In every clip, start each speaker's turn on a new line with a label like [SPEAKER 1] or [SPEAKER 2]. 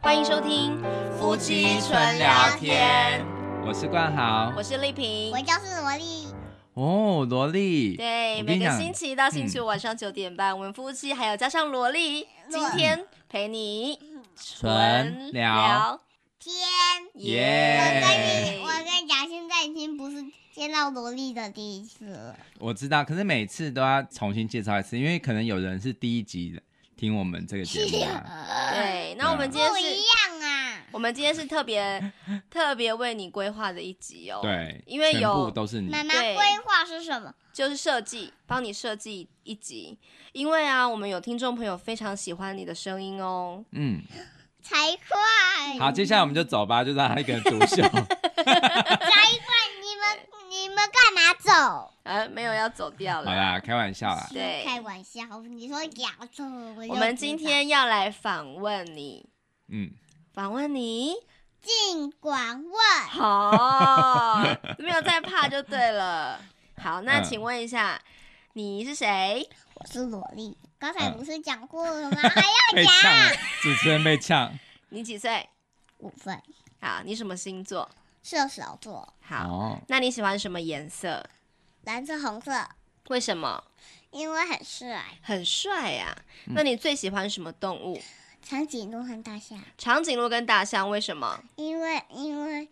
[SPEAKER 1] 欢迎收听
[SPEAKER 2] 夫妻纯聊天，我是冠豪，
[SPEAKER 1] 我是丽萍
[SPEAKER 3] 我。就是萝莉，
[SPEAKER 2] 哦，萝莉，
[SPEAKER 1] 对，
[SPEAKER 2] 我
[SPEAKER 1] 每
[SPEAKER 2] 跟你
[SPEAKER 1] 个
[SPEAKER 2] 讲嗯
[SPEAKER 1] 星期一到星期五晚上九点半，我们夫妻还有加上萝莉，
[SPEAKER 3] 嗯
[SPEAKER 1] 今天陪你
[SPEAKER 2] 纯聊，
[SPEAKER 3] 天。我
[SPEAKER 2] 耶
[SPEAKER 3] 跟你，我跟你讲，现在已经不是见到萝莉的第一次了。
[SPEAKER 2] 我知道，可是每次都要重新介绍一次，因为可能有人是第一集听我们这个节目、 啊，
[SPEAKER 1] 对，那我们今天
[SPEAKER 3] 不一
[SPEAKER 1] 是，
[SPEAKER 3] 样啊！
[SPEAKER 1] 我们今天是特别 特别为你规划的一集哦。，
[SPEAKER 2] 对，
[SPEAKER 1] 因为有
[SPEAKER 2] 全部都是你，
[SPEAKER 3] 妈妈
[SPEAKER 1] 对
[SPEAKER 3] 规划是什么？
[SPEAKER 1] 就是设计，帮你设计一集，因为啊，我们有听众朋友非常喜欢你的声音哦。
[SPEAKER 2] 嗯，
[SPEAKER 3] 财会。
[SPEAKER 2] 好，接下来我们就走吧，就让他一个人独 秀，
[SPEAKER 3] 你们你们干嘛走？
[SPEAKER 1] 呃，没有要走掉
[SPEAKER 2] 好
[SPEAKER 1] 了。
[SPEAKER 2] 啦，开玩笑啦，
[SPEAKER 1] 对
[SPEAKER 3] 开玩笑，你说牙走，我
[SPEAKER 1] 我
[SPEAKER 3] 我
[SPEAKER 1] 们今天要来访问你，
[SPEAKER 2] 嗯，
[SPEAKER 1] 访问你，
[SPEAKER 3] 尽管问，
[SPEAKER 1] 好，没有在怕就对了。好，那
[SPEAKER 2] 嗯
[SPEAKER 1] 请问一下，你是谁？
[SPEAKER 3] 我是萝莉。刚才
[SPEAKER 2] 嗯
[SPEAKER 3] 不是讲过了吗？还有
[SPEAKER 2] 被呛了，主持人被呛，
[SPEAKER 1] 你几岁？
[SPEAKER 3] 五份
[SPEAKER 1] 好，你什么星座？
[SPEAKER 3] 射手座，
[SPEAKER 1] 好，
[SPEAKER 2] 哦，
[SPEAKER 1] 那你喜欢什么颜色？
[SPEAKER 3] 蓝色、红色，
[SPEAKER 1] 为什么？
[SPEAKER 3] 因为很帅。
[SPEAKER 1] 很帅呀、
[SPEAKER 2] 嗯
[SPEAKER 1] 那你最喜欢什么动物？
[SPEAKER 3] 长颈鹿和大象，
[SPEAKER 1] 长颈鹿跟大象为什么？
[SPEAKER 3] 因为因为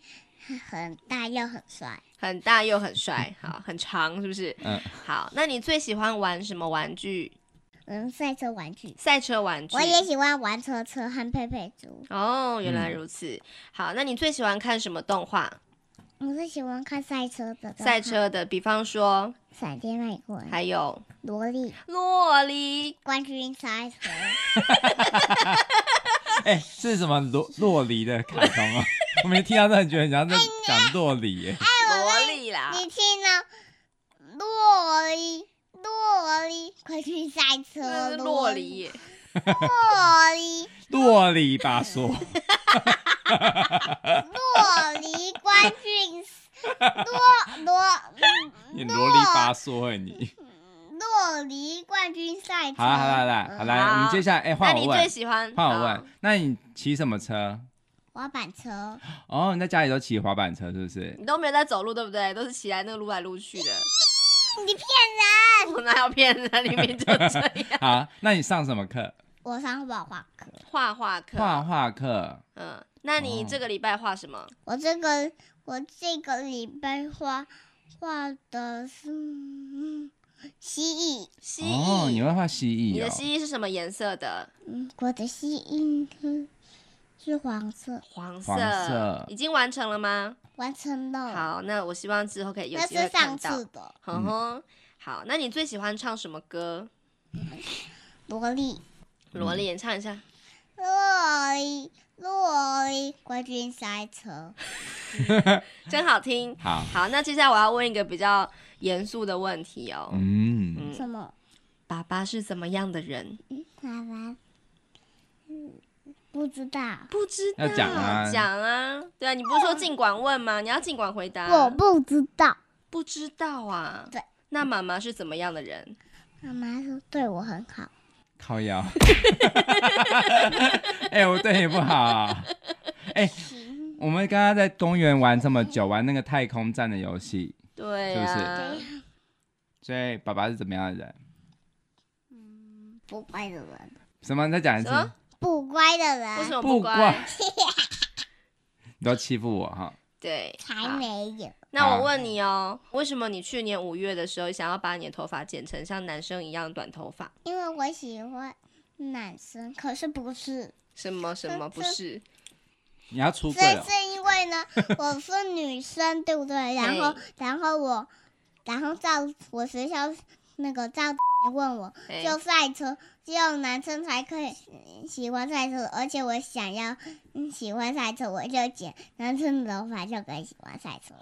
[SPEAKER 3] 很大又很帅。
[SPEAKER 1] 很大又很 帅，好，很长是不是？
[SPEAKER 2] 嗯，
[SPEAKER 1] 好，那你最喜欢玩什么玩具？
[SPEAKER 3] 嗯，赛车玩具。
[SPEAKER 1] 赛车玩具。
[SPEAKER 3] 我也喜欢玩车车和佩佩猪。
[SPEAKER 1] 哦，原
[SPEAKER 2] 嗯
[SPEAKER 1] 来如此。好，那你最喜欢看什么动画？
[SPEAKER 3] 我最喜欢看赛车的。
[SPEAKER 1] 赛、车的，比方说，
[SPEAKER 3] 闪电麦昆、
[SPEAKER 1] 还有
[SPEAKER 3] 萝莉、
[SPEAKER 1] 洛丽。
[SPEAKER 3] 冠军赛车、
[SPEAKER 2] 哎、这是什么洛洛梨的卡通 啊？我没听到这，觉得很像在讲洛梨耶，
[SPEAKER 1] 哎萝莉啦，
[SPEAKER 3] 你听呢？洛莉、洛莉、冠军赛
[SPEAKER 1] 那
[SPEAKER 3] 车、
[SPEAKER 1] 是洛梨、、耶。
[SPEAKER 3] 洛莉、
[SPEAKER 2] 洛梨吧
[SPEAKER 1] 哎
[SPEAKER 2] 嗦。
[SPEAKER 3] 洛莉冠军，洛
[SPEAKER 2] 你
[SPEAKER 3] 洛
[SPEAKER 2] 啰里吧嗦哎你！
[SPEAKER 3] 嗯洛梨冠军赛车。
[SPEAKER 2] 好啦好啦好啦好啦，
[SPEAKER 1] 好
[SPEAKER 2] 我们接下来哎
[SPEAKER 1] 那
[SPEAKER 2] 换
[SPEAKER 1] 你
[SPEAKER 2] 我
[SPEAKER 1] 最
[SPEAKER 2] 问，
[SPEAKER 1] 喜 欢？啊
[SPEAKER 2] 换我
[SPEAKER 1] 好
[SPEAKER 2] 问，那你骑什么车？
[SPEAKER 3] 滑板车，
[SPEAKER 2] 哦，你在家里都骑滑板车是 不是？
[SPEAKER 1] 你都没有在走路，对不对？都是骑来那个撸来撸去的。
[SPEAKER 3] 你骗
[SPEAKER 1] 我哪有骗人啊？里面就 这样。
[SPEAKER 2] 好，那你上什么课？
[SPEAKER 3] 我上画画课。
[SPEAKER 1] 画画课，
[SPEAKER 2] 画哦画课。
[SPEAKER 1] 嗯，那你这个礼拜画什么？
[SPEAKER 3] 我这个我这个礼拜画画的是、嗯、蜥蜴，
[SPEAKER 1] 蜥
[SPEAKER 2] 哦，你
[SPEAKER 1] 蜴。
[SPEAKER 2] 会画蜥
[SPEAKER 1] 你
[SPEAKER 2] 蜴
[SPEAKER 1] 的
[SPEAKER 2] 哦。
[SPEAKER 1] 蜥蜴是什么颜色的？
[SPEAKER 3] 嗯，我的蜥蜴是是黄色，
[SPEAKER 1] 黄色。
[SPEAKER 2] 黄色
[SPEAKER 1] 已经完成了吗？
[SPEAKER 3] 完成了。，
[SPEAKER 1] 好，那我希望之后可以有
[SPEAKER 3] 嗯那
[SPEAKER 1] 机会
[SPEAKER 3] 是
[SPEAKER 1] 看
[SPEAKER 3] 上
[SPEAKER 1] 到。
[SPEAKER 3] 次
[SPEAKER 2] 嗯
[SPEAKER 3] 的
[SPEAKER 1] 哼哼，哦好，那你最喜欢唱什么歌？
[SPEAKER 3] 萝莉，
[SPEAKER 2] 嗯
[SPEAKER 1] 萝莉演唱一下。
[SPEAKER 3] 萝莉，萝莉，冠军赛车，
[SPEAKER 1] 真好听。
[SPEAKER 2] 好，
[SPEAKER 1] 好，那接下来我要问一个比较严肃的问题哦。
[SPEAKER 2] 嗯，
[SPEAKER 1] 嗯
[SPEAKER 3] 什么？
[SPEAKER 1] 爸爸是怎么样的人？
[SPEAKER 3] 爸爸，嗯不知道，
[SPEAKER 1] 不知道，
[SPEAKER 2] 要讲啊
[SPEAKER 1] 讲啊对啊，你不是说尽管问吗？你要尽管回答。
[SPEAKER 3] 我不知道。
[SPEAKER 1] 不知道啊。
[SPEAKER 3] 对。
[SPEAKER 1] 那妈妈是怎么样的人？
[SPEAKER 3] 妈妈说对我很好，
[SPEAKER 2] 靠 腰。 哎，我对你不好。啊 哎
[SPEAKER 3] 行，
[SPEAKER 2] 我们刚刚在公园玩这么久，玩那个太空站的游戏，
[SPEAKER 1] 对
[SPEAKER 3] 这
[SPEAKER 1] 啊，
[SPEAKER 3] 样
[SPEAKER 2] 所以爸爸是怎么样的人？
[SPEAKER 3] 不乖的人，
[SPEAKER 2] 什么？你再讲一次
[SPEAKER 1] 什。么？
[SPEAKER 3] 不乖的
[SPEAKER 1] 为
[SPEAKER 3] 人
[SPEAKER 1] 什。么
[SPEAKER 2] 不
[SPEAKER 1] 乖？
[SPEAKER 2] 乖你都欺负我哈。
[SPEAKER 1] 对。
[SPEAKER 3] 才
[SPEAKER 1] 好
[SPEAKER 3] 没有，
[SPEAKER 1] 那
[SPEAKER 2] 好
[SPEAKER 1] 我问你哦，为什么你去年五月的时候想要把你的头发剪成像男生一样短头发？
[SPEAKER 3] 因为我喜欢男生，可是不是，
[SPEAKER 1] 什么什么不
[SPEAKER 3] 这
[SPEAKER 1] 是？
[SPEAKER 2] 你要出
[SPEAKER 3] 这
[SPEAKER 2] 柜了
[SPEAKER 3] 是。因为呢，我是女生，对不对？然后，然后我，然后照我学校那个照问我，
[SPEAKER 1] 哎
[SPEAKER 3] 就赛车，只有男生才可以嗯喜欢赛车，而且我想要嗯喜欢赛车，我就剪男生的头发就可以喜欢赛车。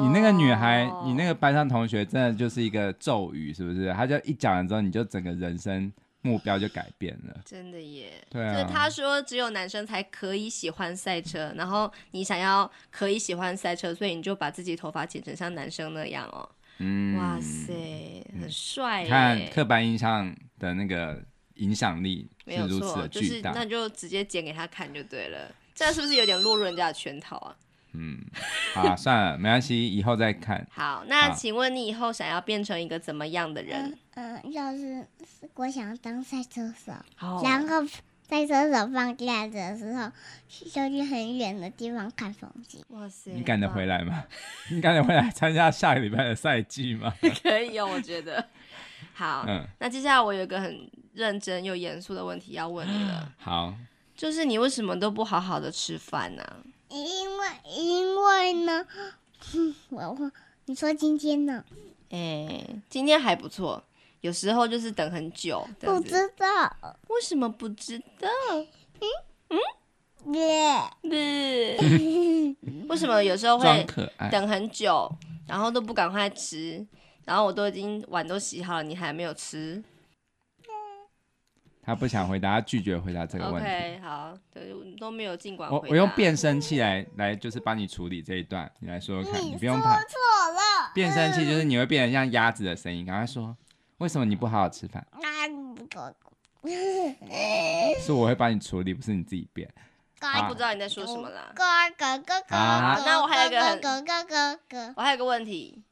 [SPEAKER 2] 你你那个女孩，你那
[SPEAKER 1] 个
[SPEAKER 2] 个班上同学，真的就是一个咒语，是不是？她就一讲了之后，你就整个人生目标就改变了。
[SPEAKER 1] 真的耶。
[SPEAKER 2] 对
[SPEAKER 1] 就是
[SPEAKER 2] 啊，
[SPEAKER 1] 他说只有男生才可以喜欢赛车，然后你想要可以喜欢赛车，所以你就把自己头发剪成像男生那样哦。
[SPEAKER 2] 嗯
[SPEAKER 1] 哇，塞，很帅耶！
[SPEAKER 2] 看刻板印象的那个影响力
[SPEAKER 1] 没
[SPEAKER 2] 是
[SPEAKER 1] 有
[SPEAKER 2] 如此
[SPEAKER 1] 错，
[SPEAKER 2] 的
[SPEAKER 1] 就
[SPEAKER 2] 巨
[SPEAKER 1] 是
[SPEAKER 2] 大。
[SPEAKER 1] 那你就直接剪给他看就对了。这样是不是有点落入人家的圈套啊？
[SPEAKER 2] 嗯，好啊，算了，没关系，以后再看。
[SPEAKER 1] 好，那
[SPEAKER 2] 好
[SPEAKER 1] 请问你以后想要变成一个怎么样的人
[SPEAKER 3] 嗯？嗯，要是我想当赛车手，
[SPEAKER 1] 哦
[SPEAKER 3] 然后赛车手放假的时候，就去很远的地方看风景。
[SPEAKER 1] 哇塞，
[SPEAKER 2] 你赶得
[SPEAKER 1] 哇
[SPEAKER 2] 回来吗？ 你赶得回来参加下个礼拜的赛季吗？
[SPEAKER 1] 可以哦，我觉得。好，
[SPEAKER 2] 嗯，
[SPEAKER 1] 那接下来我有一个很认真又严肃的问题要问你了，
[SPEAKER 2] 好，
[SPEAKER 1] 就是你为什么都不好好的吃饭呢、
[SPEAKER 3] 因为因为呢，哼我我你说今天呢？
[SPEAKER 1] 哎、今天还不错，有时候就是等很久，这样
[SPEAKER 3] 不
[SPEAKER 1] 子
[SPEAKER 3] 知道
[SPEAKER 1] 为什么不知道？
[SPEAKER 3] 耶。
[SPEAKER 1] 为什么有时候
[SPEAKER 2] 装
[SPEAKER 1] 会
[SPEAKER 2] 可爱。
[SPEAKER 1] 等很久，然后都不赶快吃，然后我都已经碗都洗好了，你还没有吃
[SPEAKER 2] 他不想回答，他拒绝回答这个问题。
[SPEAKER 1] ？OK，好，对，都没有尽管
[SPEAKER 2] 我
[SPEAKER 1] 回答。
[SPEAKER 2] 我用变声器来来，就是帮你处理这一段，你来说说看，你不用
[SPEAKER 3] 说
[SPEAKER 2] 怕。
[SPEAKER 3] 错了，
[SPEAKER 2] 变声器
[SPEAKER 1] 嗯
[SPEAKER 2] 就是你会变成像鸭子的声音，赶快说，为什么你不好好吃饭？
[SPEAKER 3] 那狗狗
[SPEAKER 2] 是我会帮你处理，不是你自己变。
[SPEAKER 1] 他
[SPEAKER 2] 啊
[SPEAKER 1] 不知道你在说什么啦。
[SPEAKER 3] 哥哥哥
[SPEAKER 2] 啊
[SPEAKER 1] 那我还有一个很
[SPEAKER 3] 哥哥哥哥，
[SPEAKER 1] 我还有个问题，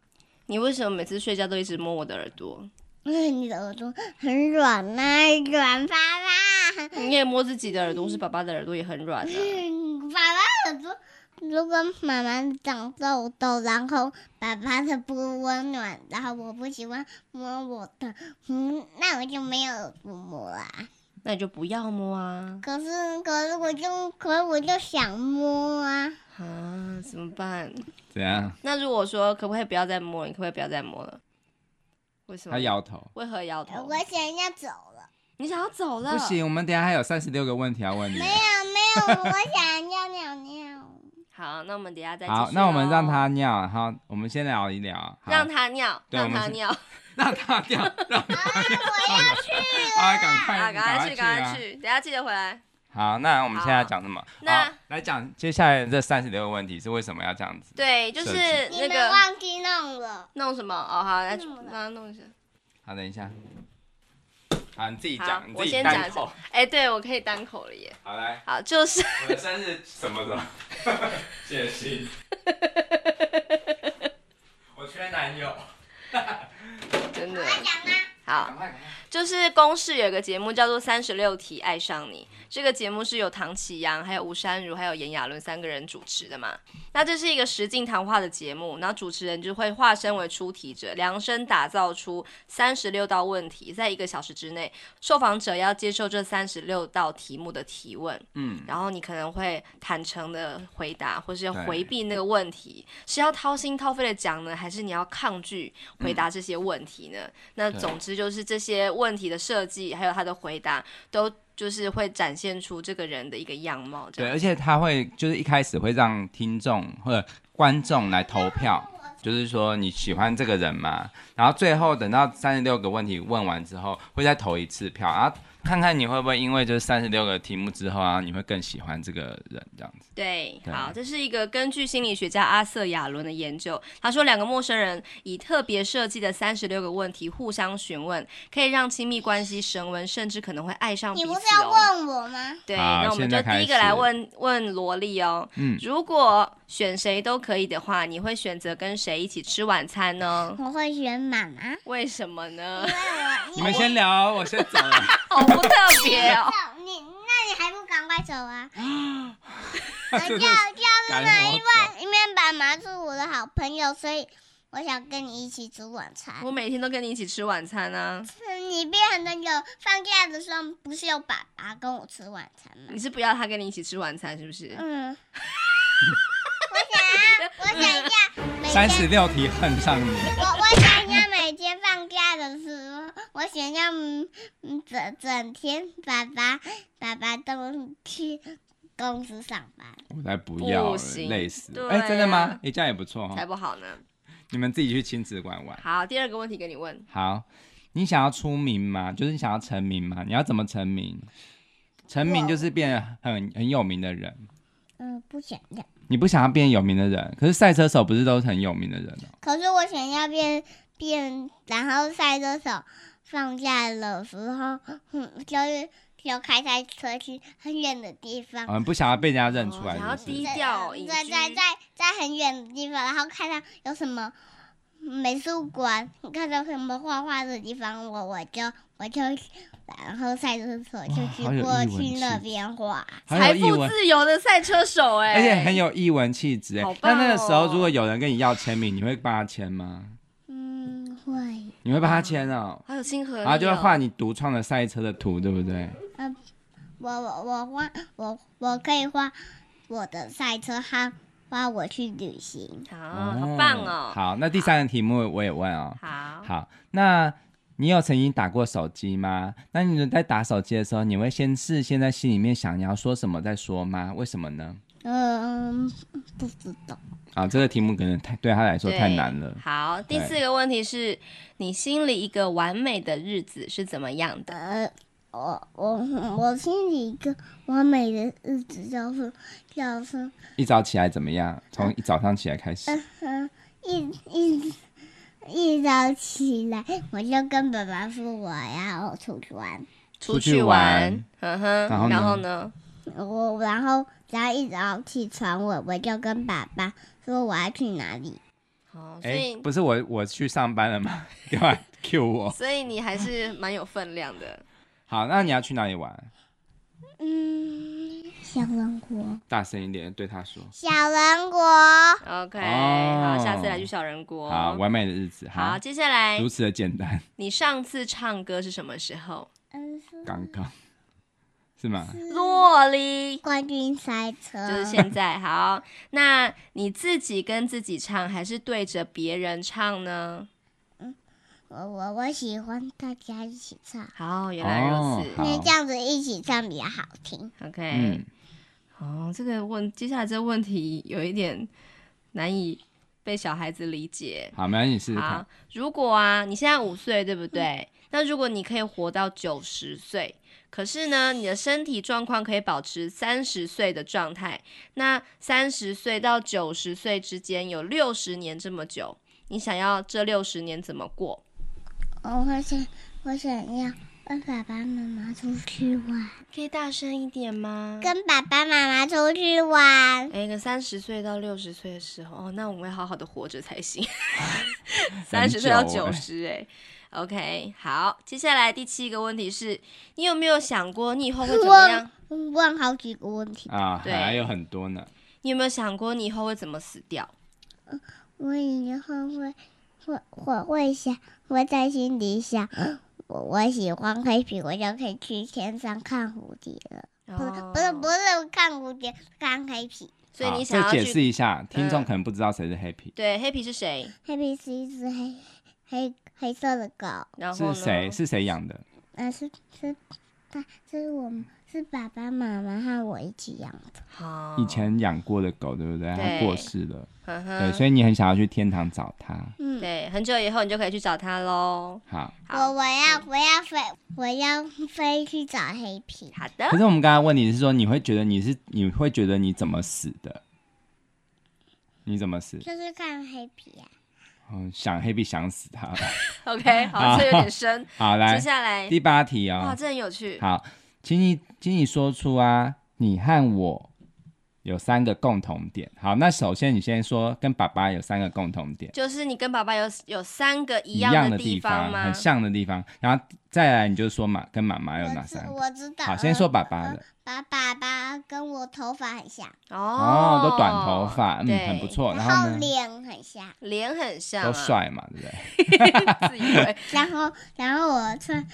[SPEAKER 1] 你为什么每次睡觉都一直摸我的耳朵？
[SPEAKER 3] 你的耳朵很软呐、软发发。
[SPEAKER 1] 你也摸自己的耳朵，是爸爸的耳朵也很软啊。
[SPEAKER 3] 嗯， 爸爸耳朵，如果妈妈长痘痘，然后爸爸的不温暖，然后我不喜欢摸我的，嗯，那我就没有耳朵摸啦。
[SPEAKER 1] 那你就不要摸啊
[SPEAKER 3] 可是可是我就可是我就想摸啊，
[SPEAKER 1] 啊，怎么办？
[SPEAKER 2] 怎样？
[SPEAKER 1] 那如果说可不可以不要再摸，你可不可以不要再摸了？为什么
[SPEAKER 2] 他？摇头。
[SPEAKER 1] 为何摇头
[SPEAKER 3] 我？想要走了。
[SPEAKER 1] 你想要走了？
[SPEAKER 2] 不行，我们等一下还有三十六个问题要问你。
[SPEAKER 3] 没有没有，我想尿尿尿。
[SPEAKER 1] 好，那我们等一下再继续
[SPEAKER 2] 好，那我们让
[SPEAKER 1] 哦
[SPEAKER 2] 他尿，然后我们先聊一聊。好
[SPEAKER 1] 让他尿，
[SPEAKER 2] 对
[SPEAKER 1] 让
[SPEAKER 2] 我们
[SPEAKER 1] 他
[SPEAKER 2] 是
[SPEAKER 1] 尿，
[SPEAKER 2] 让他尿， 让他尿。啊，赶
[SPEAKER 1] 啊，
[SPEAKER 2] 快，
[SPEAKER 1] 赶快去，赶
[SPEAKER 2] 啊
[SPEAKER 1] 快！去，等一下记得回来。
[SPEAKER 2] 好，那我们现在要讲什么？
[SPEAKER 1] 那
[SPEAKER 2] 好来讲接下来这三十六个问题是为什么要这样子？
[SPEAKER 1] 对，就是
[SPEAKER 2] 设
[SPEAKER 1] 那
[SPEAKER 3] 你们
[SPEAKER 1] 个
[SPEAKER 3] 忘记弄了，
[SPEAKER 1] 弄什么？哦，好，来
[SPEAKER 3] 弄了
[SPEAKER 1] 帮他弄一下。
[SPEAKER 2] 好，等一下。好，你自己
[SPEAKER 1] 好
[SPEAKER 2] 讲，，你
[SPEAKER 1] 我
[SPEAKER 2] 自己
[SPEAKER 1] 先讲
[SPEAKER 2] 单
[SPEAKER 1] 一下
[SPEAKER 2] 口。。
[SPEAKER 1] 哎，对，我可以单口了耶。
[SPEAKER 2] 好，来，
[SPEAKER 1] 好，就是
[SPEAKER 2] 我的生日什么时候？ 谢谢。我缺男友。
[SPEAKER 1] 真的
[SPEAKER 3] 讲啊，
[SPEAKER 1] 好。
[SPEAKER 2] 赶快，赶快。
[SPEAKER 1] 就是公视有一个节目叫做《三十六题爱上你》，这个节目是由唐启阳、还有吴珊如、还有炎亚纶三个人主持的嘛。那这是一个实境谈话的节目，然后主持人就会化身为出题者，量身打造出三十六道问题，在一个小时之内，受访者要接受这三十六道题目的提问，
[SPEAKER 2] 嗯，
[SPEAKER 1] 然后你可能会坦诚的回答，或是要
[SPEAKER 2] 对
[SPEAKER 1] 回避那个问题，是要掏心掏肺的讲呢，还是你要抗拒回答这些问题呢？那
[SPEAKER 2] 嗯对
[SPEAKER 1] 总之就是这些问题的设计，还有他的回答，都就是会展现出这个人的一个样貌。这
[SPEAKER 2] 对，
[SPEAKER 1] 样
[SPEAKER 2] 而且他会就是一开始会让听众或者观众来投票，就是说你喜欢这个人嘛，然后最后等到三十六个问题问完之后，会再投一次票，然后看看你会不会因为就是三十六个题目之后啊，你会更喜欢这个人这样子。
[SPEAKER 1] 哦对，
[SPEAKER 2] 对
[SPEAKER 1] 好，这是一个根据心理学家阿瑟亚伦的研究，他说两个陌生人以特别设计的三十六个问题互相询问，可以让亲密关系升温，甚至可能会爱上彼
[SPEAKER 3] 你
[SPEAKER 1] 此、哦。
[SPEAKER 3] 不是要问我吗？
[SPEAKER 1] 对，
[SPEAKER 2] 好
[SPEAKER 1] 那我们
[SPEAKER 2] 现
[SPEAKER 1] 就
[SPEAKER 2] 在
[SPEAKER 1] 第一
[SPEAKER 2] 开
[SPEAKER 1] 个来
[SPEAKER 2] 始
[SPEAKER 1] 问问萝莉哦。
[SPEAKER 2] 嗯
[SPEAKER 1] 如果选谁都可以的话，你会选择跟谁一起吃晚餐呢？
[SPEAKER 3] 我会选妈妈，
[SPEAKER 1] 为什么呢
[SPEAKER 3] 因为？我
[SPEAKER 2] 你们先聊，我先走了。
[SPEAKER 1] 好不特别哦。
[SPEAKER 3] 你那你还不赶快走啊？我
[SPEAKER 2] 真
[SPEAKER 3] 叫
[SPEAKER 2] 的
[SPEAKER 3] 叫
[SPEAKER 2] 赶我走。
[SPEAKER 3] 因为爸妈是我的好朋友，所以我想跟你一起吃晚餐嗯
[SPEAKER 1] 我。每天都跟你一起吃晚餐啊，
[SPEAKER 3] 你变成有放假的时候，不是有爸爸跟我吃晚餐吗
[SPEAKER 1] 你？是不要他跟你一起吃晚餐是不是？
[SPEAKER 3] 嗯， 我想我想要每天
[SPEAKER 2] 三十六题恨上你，
[SPEAKER 3] 我我想要每天放假的时候，我想要嗯嗯整整天爸爸爸爸都去公司上班。
[SPEAKER 2] 我才不要
[SPEAKER 1] 不
[SPEAKER 2] 了，
[SPEAKER 1] 行
[SPEAKER 2] 累死了。
[SPEAKER 1] 对
[SPEAKER 2] 哎、真的
[SPEAKER 1] 啊
[SPEAKER 2] 吗？哎、这样也不错
[SPEAKER 1] 才
[SPEAKER 2] 哈，
[SPEAKER 1] 不好呢。
[SPEAKER 2] 你们自己去亲子馆玩。
[SPEAKER 1] 好，第二个问题给你问，
[SPEAKER 2] 好，你想要出名吗？就是你想要成名吗？你要怎么成名？成名
[SPEAKER 3] 我
[SPEAKER 2] 就是变得很很有名的人。
[SPEAKER 3] 嗯，不想要。
[SPEAKER 2] 你不想要变有名的人，可是赛车手不是都是很有名的人哦、
[SPEAKER 3] 可是我想要变变，然后赛车手放假的时候， 嗯，就是就开在车去很远的地方
[SPEAKER 2] 我，们不想要被人家认出
[SPEAKER 1] 啊哦
[SPEAKER 2] 来
[SPEAKER 1] 想要
[SPEAKER 2] 是不是
[SPEAKER 1] 低
[SPEAKER 3] 在
[SPEAKER 1] 调隐
[SPEAKER 3] 在在
[SPEAKER 1] 居
[SPEAKER 3] 在在很远的地方，然后看到有什么美术馆，看到什么画画的地方，我我就我就，然后赛车手就
[SPEAKER 2] 哇
[SPEAKER 3] 去
[SPEAKER 2] 好有
[SPEAKER 3] 过
[SPEAKER 2] 艺文
[SPEAKER 3] 去那
[SPEAKER 2] 气
[SPEAKER 3] 边画。
[SPEAKER 2] 好
[SPEAKER 1] 财
[SPEAKER 2] 有意
[SPEAKER 1] 富
[SPEAKER 2] 文，
[SPEAKER 1] 自由的赛车手哎、
[SPEAKER 2] 而且很有艺文气质哎
[SPEAKER 1] 好。
[SPEAKER 2] 那
[SPEAKER 1] 棒
[SPEAKER 2] 那个时候，
[SPEAKER 1] 哦
[SPEAKER 2] 如果有人跟你要签名，你会帮他签吗？
[SPEAKER 3] 嗯，会，
[SPEAKER 2] 你会帮他签哦，
[SPEAKER 1] 好有亲和力、哦，
[SPEAKER 2] 然后就会画你独创的赛车的图，对不对？
[SPEAKER 3] 我我我画我我可以画我的赛车和画我去旅行。
[SPEAKER 1] 好，好棒哦，
[SPEAKER 2] 好，那第三个题目我也问哦。
[SPEAKER 1] 好
[SPEAKER 2] 好，那你有曾经打过手机吗？那你在打手机的时候，你会先事先在心里面想你要说什么再说吗？为什么呢？
[SPEAKER 3] 嗯，不知道。
[SPEAKER 2] 啊，这个题目可能太对他来说
[SPEAKER 1] 对
[SPEAKER 2] 太难了。
[SPEAKER 1] 好，第
[SPEAKER 2] 对
[SPEAKER 1] 四个问题是你心里一个完美的日子是怎么样的？
[SPEAKER 3] 呃，我我我心里一个完美的日子就是就是
[SPEAKER 2] 一早起来怎么样？ 从一早上起来开始，
[SPEAKER 3] 嗯，一一一早起来我就跟爸爸说我要出去玩，
[SPEAKER 1] 出
[SPEAKER 2] 去
[SPEAKER 1] 去玩
[SPEAKER 2] 玩，
[SPEAKER 1] 嗯哼，
[SPEAKER 2] 然后呢
[SPEAKER 1] 然后呢？
[SPEAKER 3] 我然后只要一早起床我我就跟爸爸说我要去哪里。
[SPEAKER 1] 哦，所
[SPEAKER 2] 哎、
[SPEAKER 1] 以
[SPEAKER 2] 不是我我去上班 了吗？干嘛 Q 我？
[SPEAKER 1] 所以你还是蛮有分量的。
[SPEAKER 2] 好，那你要去哪里玩？
[SPEAKER 3] 嗯，小人国，
[SPEAKER 2] 大声一点对他说。
[SPEAKER 3] 小人国，
[SPEAKER 1] OK，、
[SPEAKER 2] 哦
[SPEAKER 1] 好，下次来去小人国。
[SPEAKER 2] 好，完美的日子。
[SPEAKER 1] 好，接下来
[SPEAKER 2] 如此的简单，
[SPEAKER 1] 你上次唱歌是什么时候？
[SPEAKER 3] 嗯，
[SPEAKER 2] 刚刚 是吗？
[SPEAKER 1] 洛丽，
[SPEAKER 3] 冠军赛
[SPEAKER 1] 就
[SPEAKER 3] 车，
[SPEAKER 1] 是现在。好，那你自己跟自己唱，还是对着别人唱呢？
[SPEAKER 3] 我我我喜欢大家一起唱。
[SPEAKER 1] 好，原来如此。
[SPEAKER 2] 哦好
[SPEAKER 3] 那这样子一起唱比较好听。
[SPEAKER 1] OK，、
[SPEAKER 2] 嗯，
[SPEAKER 1] 哦，这个问接下来这个问题有一点难以被小孩子理解。
[SPEAKER 2] 好，没关系，你试试看
[SPEAKER 1] 好。，如果啊，你现在五岁，对不对？那如果你可以活到九十岁，可是呢，你的身体状况可以保持三十岁的状态，那三十岁到九十岁之间有六十年这么久，你想要这六十年怎么过？
[SPEAKER 3] 哦，我想我想要跟爸爸妈妈出去玩，
[SPEAKER 1] 可以大声一点吗？
[SPEAKER 3] 跟爸爸妈妈出去玩。
[SPEAKER 1] 哎，个三十岁到六十岁的时候，哦，那我们要好好的活着才行。三
[SPEAKER 2] 很
[SPEAKER 1] 十
[SPEAKER 2] 久
[SPEAKER 1] 岁到
[SPEAKER 2] 欸
[SPEAKER 1] 九十，哎，OK，好，接下来第七个问题是你有没有想过你以后会怎么样？
[SPEAKER 3] 问问好几个问题，
[SPEAKER 2] 啊，
[SPEAKER 1] 对
[SPEAKER 2] 还有很多呢。
[SPEAKER 1] 你有没有想过你以后会怎么死掉？
[SPEAKER 3] 我以后会会我会想，我在心里想。我我喜欢黑皮，我就可以去天上看蝴蝶了。不是不是不
[SPEAKER 1] 哦，
[SPEAKER 3] 是看蝴蝶，看黑皮。
[SPEAKER 1] 所以
[SPEAKER 2] 好
[SPEAKER 1] 你想要
[SPEAKER 2] 这解释
[SPEAKER 1] 去
[SPEAKER 2] 一下，听众
[SPEAKER 1] 嗯
[SPEAKER 2] 可能不知道谁是 Happy，
[SPEAKER 1] 对黑皮是谁？
[SPEAKER 3] 黑皮是一只黑黑黑色的狗。
[SPEAKER 1] 然后
[SPEAKER 2] 是
[SPEAKER 1] 呢？
[SPEAKER 2] 谁？是谁养的？
[SPEAKER 3] 啊，是是，他是我们是爸爸妈妈和我一起养的。
[SPEAKER 1] 好，
[SPEAKER 2] 以，前养过的狗，对不对？它
[SPEAKER 1] 哦对嗯
[SPEAKER 2] 过世了，
[SPEAKER 1] 呵
[SPEAKER 2] 对，
[SPEAKER 1] 呵，
[SPEAKER 2] 所以你很想要去天堂找它。
[SPEAKER 3] 嗯，
[SPEAKER 1] 对，很久以后你就可以去找他喽。
[SPEAKER 2] 好，
[SPEAKER 3] 我
[SPEAKER 1] 好，
[SPEAKER 3] 我要我要飞我要飞去找黑皮。
[SPEAKER 1] 好
[SPEAKER 2] 可
[SPEAKER 1] 的，
[SPEAKER 2] 是我们刚刚问你是说，你会觉得你是你会觉得你怎么死的？你怎么死？
[SPEAKER 3] 就是看黑皮啊，
[SPEAKER 2] 嗯，想 Happy 想死它。
[SPEAKER 1] OK，好，这有点深。
[SPEAKER 2] 啊好，来
[SPEAKER 1] 接下来，
[SPEAKER 2] 第八题
[SPEAKER 1] 哇，
[SPEAKER 2] 哦。
[SPEAKER 1] 这很有趣。
[SPEAKER 2] 好，请你请你说出啊，你和我有三个共同点。好，那首先你先说跟爸爸有三个共同点。
[SPEAKER 1] 就是你跟爸爸有有三个一
[SPEAKER 2] 一
[SPEAKER 1] 样
[SPEAKER 2] 的
[SPEAKER 1] 地
[SPEAKER 2] 方，
[SPEAKER 1] 吗
[SPEAKER 2] 很？像的地方。然后再来，你就说妈跟妈妈有
[SPEAKER 3] 我
[SPEAKER 2] 哪
[SPEAKER 3] 知
[SPEAKER 2] 三个？
[SPEAKER 3] 我知道。
[SPEAKER 2] 好，先说
[SPEAKER 3] 呃
[SPEAKER 2] 爸爸的。
[SPEAKER 3] 爸爸爸跟我头发很像，
[SPEAKER 1] 哦
[SPEAKER 2] 哦，都短头发，嗯，
[SPEAKER 1] 对
[SPEAKER 2] 很不，错。然
[SPEAKER 3] 然
[SPEAKER 2] 后
[SPEAKER 3] 后
[SPEAKER 2] 呢，
[SPEAKER 3] 脸很像，
[SPEAKER 1] 脸很像、啊，
[SPEAKER 2] 都，帅嘛，对不对？
[SPEAKER 1] 自以 为
[SPEAKER 3] 然后然后我穿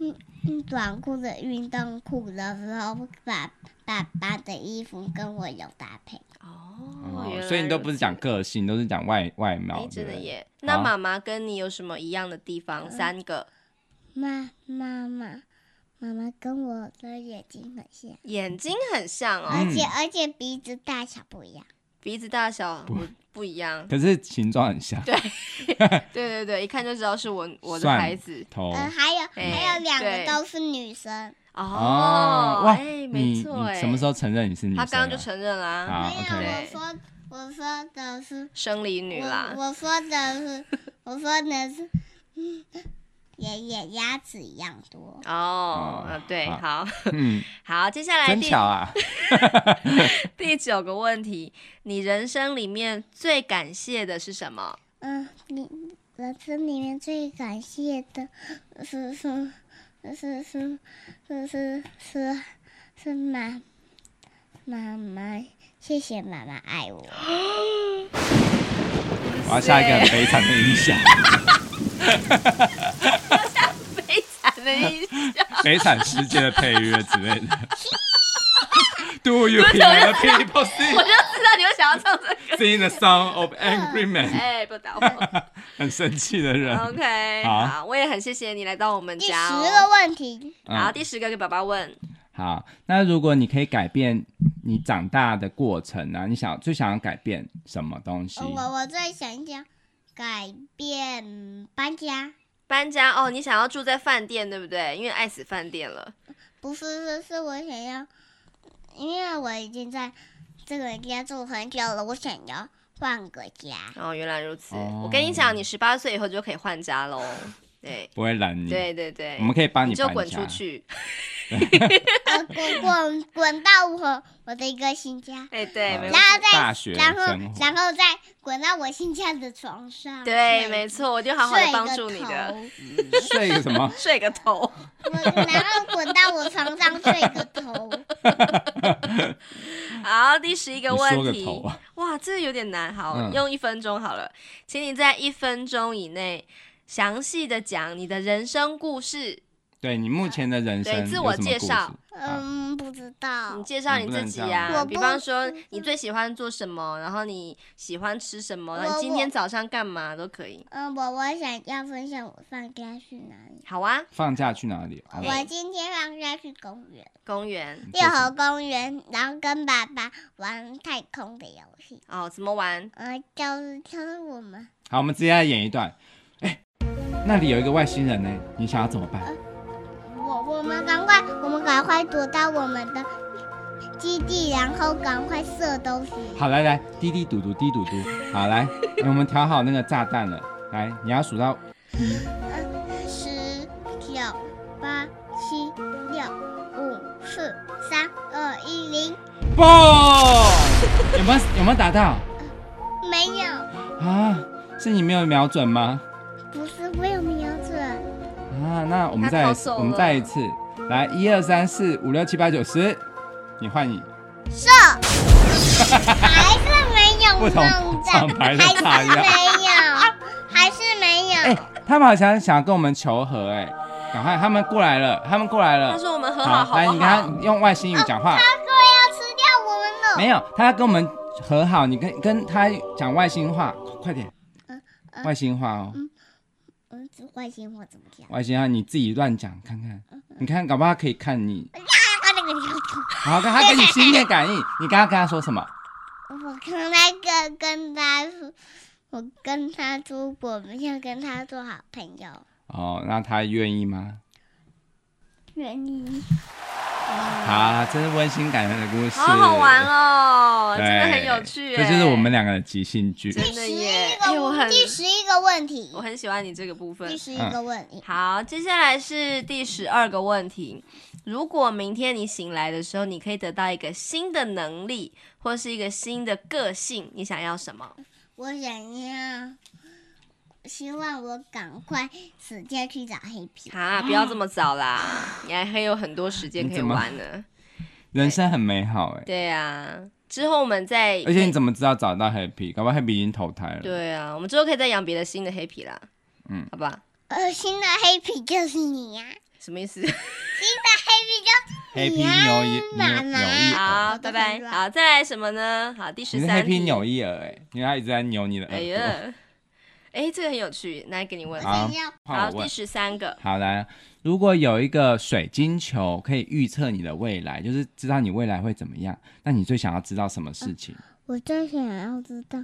[SPEAKER 3] 嗯嗯短裤的运动裤的时候，爸爸爸的衣服跟我有搭配。
[SPEAKER 1] 哦，原
[SPEAKER 2] 哦，
[SPEAKER 1] 来
[SPEAKER 2] 所以你都不是讲
[SPEAKER 1] 如此。
[SPEAKER 2] 个性，都是讲外外貌
[SPEAKER 1] 哎，，真的
[SPEAKER 2] 对不对
[SPEAKER 1] 耶！那
[SPEAKER 2] 好
[SPEAKER 1] 妈妈跟你有什么一样的地方？三个
[SPEAKER 3] 妈妈妈妈妈跟我的眼睛很像，
[SPEAKER 1] 眼睛很像哦，
[SPEAKER 3] 而且、
[SPEAKER 2] 嗯
[SPEAKER 3] 而且鼻子大小不一样。
[SPEAKER 1] 鼻子大小
[SPEAKER 2] 不
[SPEAKER 1] 不不一样。
[SPEAKER 2] 可是形状很像，
[SPEAKER 1] 对对对，一看就知道是我我的
[SPEAKER 2] 算
[SPEAKER 1] 孩子
[SPEAKER 2] 头
[SPEAKER 3] 呃，还有、
[SPEAKER 1] 哎
[SPEAKER 3] 还有两
[SPEAKER 1] 对
[SPEAKER 3] 个都是女生，
[SPEAKER 1] 哦。
[SPEAKER 2] 哇，
[SPEAKER 1] 哎，
[SPEAKER 2] 你
[SPEAKER 1] 没
[SPEAKER 2] 你
[SPEAKER 1] 错哎，
[SPEAKER 2] 什么时候承认你是女
[SPEAKER 1] 他
[SPEAKER 2] 生？
[SPEAKER 1] 刚刚就承认啦、
[SPEAKER 2] 啊
[SPEAKER 3] 没有
[SPEAKER 2] OK
[SPEAKER 3] 我
[SPEAKER 1] 对
[SPEAKER 3] 说我说的是
[SPEAKER 1] 生理女啦
[SPEAKER 3] 我。我说的是我说的是嗯爷爷牙齿一样多。
[SPEAKER 1] 哦
[SPEAKER 2] 哦，
[SPEAKER 1] 呃对，好
[SPEAKER 2] 好嗯，
[SPEAKER 1] 好，接下来
[SPEAKER 2] 真
[SPEAKER 1] 第
[SPEAKER 2] 巧啊！
[SPEAKER 1] 第九个问题，你人生里面最感谢的是什么？
[SPEAKER 3] 嗯，你人生里面最感谢的是是是是是是是是妈妈妈，谢谢妈妈爱我。
[SPEAKER 2] 我要下一个很悲惨的音响，
[SPEAKER 1] 悲惨的 一
[SPEAKER 2] 悲惨世界的配乐之类 的。Do you hear the people
[SPEAKER 1] 我就
[SPEAKER 2] sing
[SPEAKER 1] 知道你会想要唱 这个。
[SPEAKER 2] sing the song of angry man？
[SPEAKER 1] 哎、不打 我。
[SPEAKER 2] 很生气的人。
[SPEAKER 1] OK，
[SPEAKER 2] 好
[SPEAKER 1] 好，我也很谢谢你来到我们
[SPEAKER 3] 第十
[SPEAKER 1] 家、哦。
[SPEAKER 3] 个问题，
[SPEAKER 2] 嗯
[SPEAKER 1] 好，第十个给爸爸问，
[SPEAKER 2] 好，那如果你可以改变你长大的过程呢、你想最想要改变什么东西？
[SPEAKER 1] 呃
[SPEAKER 3] 我我最想想改变搬家，
[SPEAKER 1] 搬家哦，你想要住在饭店对不对？因为爱死饭店了。
[SPEAKER 3] 不是是是我想要，因为我已经在这个家住很久了，我想要换个家。
[SPEAKER 1] 哦，原来如此。
[SPEAKER 2] 哦
[SPEAKER 1] 我跟你讲，你十八岁以后就可以换家喽。对，
[SPEAKER 2] 不会 拦你。，
[SPEAKER 1] 对对对，
[SPEAKER 2] 我们可以帮
[SPEAKER 1] 你就
[SPEAKER 2] 搬
[SPEAKER 1] 滚
[SPEAKER 2] 家
[SPEAKER 1] 出。去。
[SPEAKER 3] 呃，滚滚滚到我我的一个新家。
[SPEAKER 1] 哎，对，
[SPEAKER 2] 嗯
[SPEAKER 1] 没问
[SPEAKER 3] 然后再
[SPEAKER 2] 大学
[SPEAKER 3] 然后
[SPEAKER 2] 生活
[SPEAKER 3] 然后再滚到我新家的床上。
[SPEAKER 1] 对，
[SPEAKER 3] 睡
[SPEAKER 1] 没错，我就好好的帮助你的，
[SPEAKER 3] 睡
[SPEAKER 2] 睡个什 么？
[SPEAKER 1] 睡个头。
[SPEAKER 3] 个头我嗯然后滚到我床上睡个 头，
[SPEAKER 1] 好，第十一个
[SPEAKER 2] 你说
[SPEAKER 1] 问
[SPEAKER 2] 个
[SPEAKER 1] 题
[SPEAKER 2] 头啊，
[SPEAKER 1] 哇，这个有点难，好，
[SPEAKER 2] 嗯
[SPEAKER 1] 用一分钟好了，请你在一分钟以内详细的讲你的人生故事，
[SPEAKER 2] 对你目前的人生
[SPEAKER 1] 对
[SPEAKER 2] 有
[SPEAKER 1] 自
[SPEAKER 2] 什
[SPEAKER 1] 我
[SPEAKER 2] 么
[SPEAKER 1] 介
[SPEAKER 2] 故
[SPEAKER 1] 绍
[SPEAKER 2] 事。啊
[SPEAKER 3] 嗯，不知道
[SPEAKER 1] 你，介绍你
[SPEAKER 2] 你不
[SPEAKER 1] 自
[SPEAKER 2] 能
[SPEAKER 1] 己
[SPEAKER 2] 这样啊
[SPEAKER 1] 呀、
[SPEAKER 3] 我
[SPEAKER 1] 比
[SPEAKER 3] 不
[SPEAKER 1] 方说你最喜欢做什么，然后你喜欢吃什么，然后你
[SPEAKER 3] 我
[SPEAKER 1] 今天早上干嘛都可以。
[SPEAKER 3] 嗯，我我想要分享我放假去哪里。
[SPEAKER 1] 好啊，
[SPEAKER 2] 放假去哪里？啊
[SPEAKER 3] 我今天放假去公园，
[SPEAKER 1] 公园
[SPEAKER 2] 你做
[SPEAKER 3] 六
[SPEAKER 2] 什
[SPEAKER 3] 合
[SPEAKER 2] 么
[SPEAKER 3] 公园，然后跟爸爸玩太空的游戏。
[SPEAKER 1] 哦，怎么玩？
[SPEAKER 3] 呃，就是就是我们，
[SPEAKER 2] 好，我们直接来演一段。哎、那里有一个外星人呢，你想要怎么办？
[SPEAKER 3] 我我们赶快，我们赶快躲到我们的基地，然后赶快射东西。
[SPEAKER 2] 好，来来，滴滴嘟嘟滴嘟嘟。好，来，哎我们调好那个炸弹了。来，你要数到
[SPEAKER 3] 十九八七六五四三二一零，
[SPEAKER 2] 爆，有没有有没有打到
[SPEAKER 3] 没有，
[SPEAKER 2] 啊？是你没有瞄准吗？
[SPEAKER 3] 不是没有瞄准，
[SPEAKER 2] 啊，那我们
[SPEAKER 1] 他
[SPEAKER 2] 再
[SPEAKER 1] 逃
[SPEAKER 2] 来一次
[SPEAKER 1] 走
[SPEAKER 2] 我们
[SPEAKER 1] 了
[SPEAKER 2] 再一次，来，一二三四五六七八九十，你换你，
[SPEAKER 3] 射，还是没有
[SPEAKER 2] 不同
[SPEAKER 3] 弄
[SPEAKER 2] 厂
[SPEAKER 3] 中，
[SPEAKER 2] 牌的
[SPEAKER 3] 还是
[SPEAKER 2] 炸
[SPEAKER 3] 没
[SPEAKER 2] 药。
[SPEAKER 3] 有，还是没有。
[SPEAKER 2] 哎、他们好像想要跟我们求和、哎，赶快，他们过来了，他们过来了
[SPEAKER 1] 他。说我们和好，好
[SPEAKER 2] 来，你
[SPEAKER 1] 不
[SPEAKER 2] 跟他
[SPEAKER 1] 好？
[SPEAKER 2] 用外星语讲话。
[SPEAKER 3] 他说要吃掉我们
[SPEAKER 1] 哦
[SPEAKER 3] 了。
[SPEAKER 2] 没有，他要跟我们和好，你跟跟他讲外星话，快点
[SPEAKER 3] 嗯嗯，
[SPEAKER 2] 外星话哦，
[SPEAKER 3] 嗯，这外星话怎么讲？
[SPEAKER 2] 外星话你自己乱讲看看，
[SPEAKER 1] 嗯
[SPEAKER 2] 你看搞不好他可以看你。
[SPEAKER 3] 啊，那个叫什么
[SPEAKER 2] 好，跟他给你心电感应，你刚刚跟他说什么？
[SPEAKER 3] 我刚才跟跟他说，我跟他说，我们要跟他做好朋友，
[SPEAKER 2] 哦，那他愿意吗？
[SPEAKER 3] 愿意。
[SPEAKER 2] 好，这是温馨感人的故事，
[SPEAKER 1] 好好玩哦，
[SPEAKER 2] 对，
[SPEAKER 1] 真的很有趣、
[SPEAKER 2] 这
[SPEAKER 1] 哎
[SPEAKER 2] 就是我们两个的即兴剧。
[SPEAKER 1] 真的
[SPEAKER 3] 十
[SPEAKER 1] 耶
[SPEAKER 3] 一！
[SPEAKER 1] 哎、我
[SPEAKER 3] 个
[SPEAKER 1] 很
[SPEAKER 3] 第十一个问题
[SPEAKER 2] 嗯
[SPEAKER 1] 我，很喜欢你这个部分
[SPEAKER 3] 第。十一个问题，
[SPEAKER 1] 好，接下来是第十二个问题。如果明天你醒来的时候，你可以得到一个新的能力或是一个新的个性，你想要什么？
[SPEAKER 3] 我想要，希望我赶快死掉去找黑皮。
[SPEAKER 1] 啊，不要这么早 啦，你还有很多时间可以玩呢。
[SPEAKER 2] 人生很美好哎、
[SPEAKER 1] 对啊，之后我们再，
[SPEAKER 2] 而且你怎么知道找到 Happy？搞不好 Happy 已经投胎了。
[SPEAKER 1] 对啊，我们之后可以再养别的新的黑皮啦。
[SPEAKER 2] 嗯，
[SPEAKER 1] 好吧，
[SPEAKER 3] 呃，新的黑皮就是你呀、
[SPEAKER 1] 什么意 思？
[SPEAKER 3] 对
[SPEAKER 2] ，Happy
[SPEAKER 3] 你啊
[SPEAKER 2] 牛一牛
[SPEAKER 3] 妈
[SPEAKER 2] 牛
[SPEAKER 3] 妈
[SPEAKER 2] 一耳，
[SPEAKER 1] 好，拜拜。好，再来什么呢？好，第
[SPEAKER 2] 你
[SPEAKER 1] 十
[SPEAKER 2] 是
[SPEAKER 1] 三
[SPEAKER 2] Happy
[SPEAKER 1] 题。
[SPEAKER 2] 牛一耳哎、因为他一直在扭你的
[SPEAKER 1] 哎
[SPEAKER 2] 耳朵。
[SPEAKER 1] 呀，哎，这个很有趣，来给你问
[SPEAKER 3] 我。
[SPEAKER 2] 好
[SPEAKER 3] 想要
[SPEAKER 2] 换我
[SPEAKER 1] 第
[SPEAKER 2] 问。
[SPEAKER 1] 十三个。
[SPEAKER 2] 好来，如果有一个水晶球可以预测你的未来，就是知道你未来会怎么样，那你最想要知道什么事情？
[SPEAKER 3] 我最想要知道，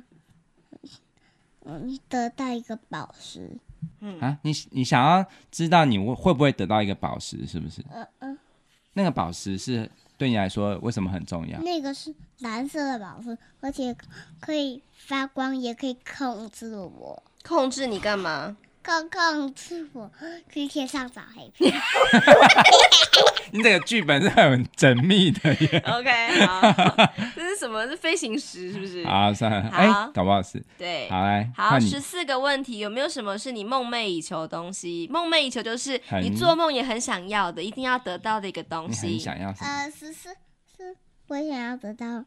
[SPEAKER 3] 嗯，得到一个宝石，
[SPEAKER 1] 嗯
[SPEAKER 2] 啊，你你想要知道你会会不会得到一个宝石，是不是？
[SPEAKER 3] 嗯嗯，
[SPEAKER 2] 那个宝石是对你来说为什么很重要？
[SPEAKER 1] 嗯
[SPEAKER 3] 那个是蓝色的宝石，而且可以发光，也可以控制我，
[SPEAKER 1] 控制你干嘛？
[SPEAKER 3] 控控制我去天上找黑皮。
[SPEAKER 2] 你这个剧本是很缜密的耶。
[SPEAKER 1] OK，好，这是什么？是飞行石是不是？
[SPEAKER 2] 好，算了，
[SPEAKER 1] 好
[SPEAKER 2] 哎、搞不好是。
[SPEAKER 1] 对，
[SPEAKER 2] 好来，
[SPEAKER 1] 好，
[SPEAKER 2] 换你
[SPEAKER 1] 十四个问题，有没有什么是你梦寐以求的东西？梦寐以求就是
[SPEAKER 2] 很
[SPEAKER 1] 你做梦也很想要的，一定要得到的一个东
[SPEAKER 2] 你很
[SPEAKER 1] 西。
[SPEAKER 2] 想要什么？
[SPEAKER 3] 呃，十四是我想要得到，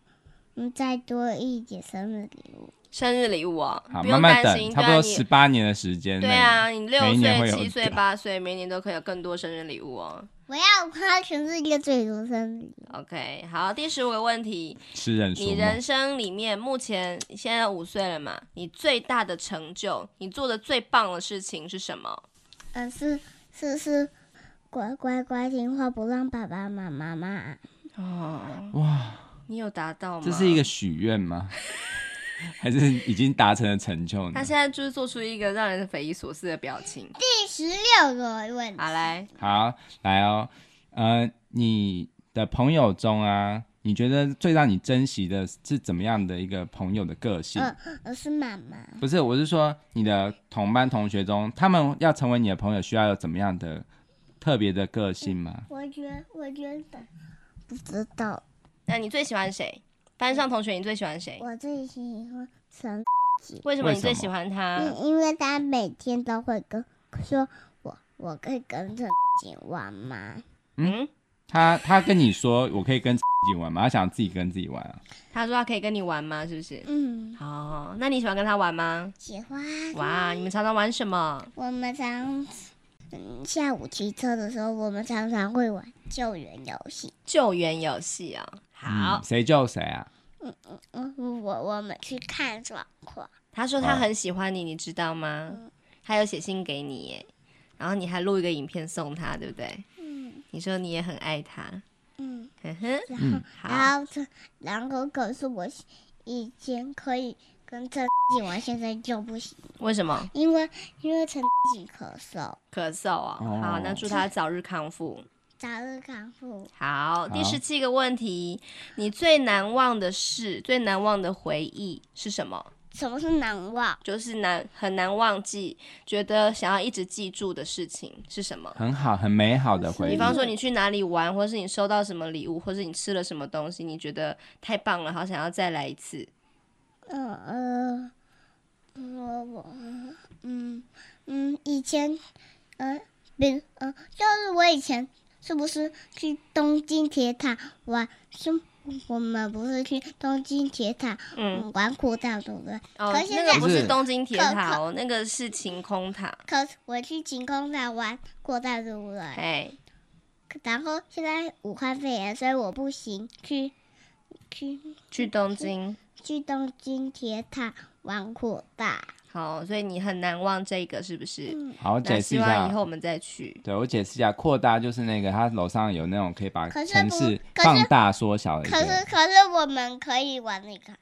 [SPEAKER 3] 嗯，再多一点生日礼物。
[SPEAKER 1] 生日礼物哦，
[SPEAKER 2] 好，
[SPEAKER 1] 不
[SPEAKER 2] 慢
[SPEAKER 1] 用
[SPEAKER 2] 慢
[SPEAKER 1] 担
[SPEAKER 2] 等，
[SPEAKER 1] 心，
[SPEAKER 2] 差
[SPEAKER 1] 对
[SPEAKER 2] 不
[SPEAKER 1] 啊，
[SPEAKER 2] 多十
[SPEAKER 1] 你
[SPEAKER 2] 八年的时间内。
[SPEAKER 1] 对啊，你六
[SPEAKER 2] 每一年会
[SPEAKER 1] 岁、
[SPEAKER 2] 有啊
[SPEAKER 1] 七岁、
[SPEAKER 2] 一个
[SPEAKER 1] 八岁，每年都可以有更多生日礼物哦。
[SPEAKER 3] 我要花全世界最多生日礼物。
[SPEAKER 1] OK，好，第十五个问题，
[SPEAKER 2] 痴人说
[SPEAKER 1] 你
[SPEAKER 2] 梦
[SPEAKER 1] 人。生里面目前现在五岁了嘛，你最大的成就，你做的最棒的事情是什么？
[SPEAKER 3] 呃，是是是，乖乖乖听话，不让爸爸妈妈骂。
[SPEAKER 1] 哦，
[SPEAKER 2] 哇，
[SPEAKER 1] 你有达到吗？
[SPEAKER 2] 这是一个许愿吗？ 还是已经达成了成就呢
[SPEAKER 1] 他？现在就是做出一个让人匪夷所思的表情。
[SPEAKER 3] 第十六个问 题，
[SPEAKER 1] 好来，
[SPEAKER 2] 好，来哦，呃，你的朋友中啊，你觉得最让你珍惜的是怎么样的一个朋友的个性？
[SPEAKER 3] 嗯呃，是妈妈。
[SPEAKER 2] 不是，我是说你的同班同学中，他们要成为你的朋友，需要有怎么样的特别的个性吗？
[SPEAKER 3] 我觉我觉得不知道，
[SPEAKER 1] 那你最喜欢谁？班上同学你最喜欢谁？
[SPEAKER 3] 我最喜欢陈
[SPEAKER 1] 为什么
[SPEAKER 2] 为
[SPEAKER 1] 你最
[SPEAKER 2] 什么
[SPEAKER 1] 喜欢他？
[SPEAKER 3] 因因为他每天都会跟说我，我可以跟着你玩吗？
[SPEAKER 1] 嗯，
[SPEAKER 2] 他他跟你说我可以跟 自己玩吗？他想自己跟自己玩啊？
[SPEAKER 1] 他说他可以跟你玩吗？是不是？
[SPEAKER 3] 嗯，
[SPEAKER 1] 哦，那你喜欢跟他玩吗？
[SPEAKER 3] 喜欢。
[SPEAKER 1] 哇，你们常常玩什么？
[SPEAKER 3] 我们常、嗯、下午骑车的时候，我们常常会玩救援游戏。
[SPEAKER 1] 救援游戏哦。好
[SPEAKER 2] 嗯，，谁救谁啊？
[SPEAKER 3] 嗯，我我们去看状况。
[SPEAKER 1] 他说他很喜欢你，你知道吗？他有写信给你耶，然后你还录一个影片送他，对不对？
[SPEAKER 3] 嗯
[SPEAKER 1] 你说你也很爱他，
[SPEAKER 3] 嗯，
[SPEAKER 1] 哼哼，
[SPEAKER 3] 然后、
[SPEAKER 2] 嗯
[SPEAKER 1] 好，
[SPEAKER 3] 然后这然后可是我以前可以跟陈景玩，现在就不行，
[SPEAKER 1] 为什么
[SPEAKER 3] 因为因为陈景咳嗽，
[SPEAKER 1] 咳嗽哦？
[SPEAKER 2] 哦
[SPEAKER 1] 好，那祝他早日康复。
[SPEAKER 3] 早日康复。
[SPEAKER 1] 好，第
[SPEAKER 2] 好
[SPEAKER 1] 十七个问题，你最难忘的事、最难忘的回忆是什么？
[SPEAKER 3] 什么是难忘？
[SPEAKER 1] 就是难很难忘记，觉得想要一直记住的事情是什么？
[SPEAKER 2] 很好，很美好的回
[SPEAKER 1] 比
[SPEAKER 2] 忆。
[SPEAKER 1] 方说你去哪里玩，或是你收到什么礼物，或是你吃了什么东西，你觉得太棒了，好想要再来一次。
[SPEAKER 3] 嗯呃，我我嗯嗯，以前嗯，比如嗯，就是我以前呃是不是去东京铁塔玩？是我们不是去东京铁塔
[SPEAKER 1] 嗯，
[SPEAKER 3] 嗯玩过道，对不对？
[SPEAKER 1] 哦
[SPEAKER 3] 可是，
[SPEAKER 1] 那
[SPEAKER 3] 现在
[SPEAKER 1] 个不是
[SPEAKER 2] 是
[SPEAKER 1] 东京铁塔哦，那个是晴空塔。
[SPEAKER 3] 可是我去晴空塔玩过道，对不对？
[SPEAKER 1] 哎，
[SPEAKER 3] 然后现在武汉肺炎，所以我不行去去
[SPEAKER 1] 去东京，
[SPEAKER 3] 去东京铁塔玩过道。
[SPEAKER 1] 好，所以你很难忘这个是不是？
[SPEAKER 3] 嗯，
[SPEAKER 2] 好，我
[SPEAKER 1] 那
[SPEAKER 2] 解释
[SPEAKER 1] 希
[SPEAKER 2] 一
[SPEAKER 1] 望以后
[SPEAKER 2] 下。
[SPEAKER 1] 我们再去。
[SPEAKER 2] 对，我解释一下，扩大就是那个，它楼上有那种可以把
[SPEAKER 3] 可是
[SPEAKER 2] 城
[SPEAKER 3] 不
[SPEAKER 2] 市
[SPEAKER 3] 可是
[SPEAKER 2] 放大缩小的一
[SPEAKER 3] 可是
[SPEAKER 2] 个，
[SPEAKER 3] 可是我们可以玩那个，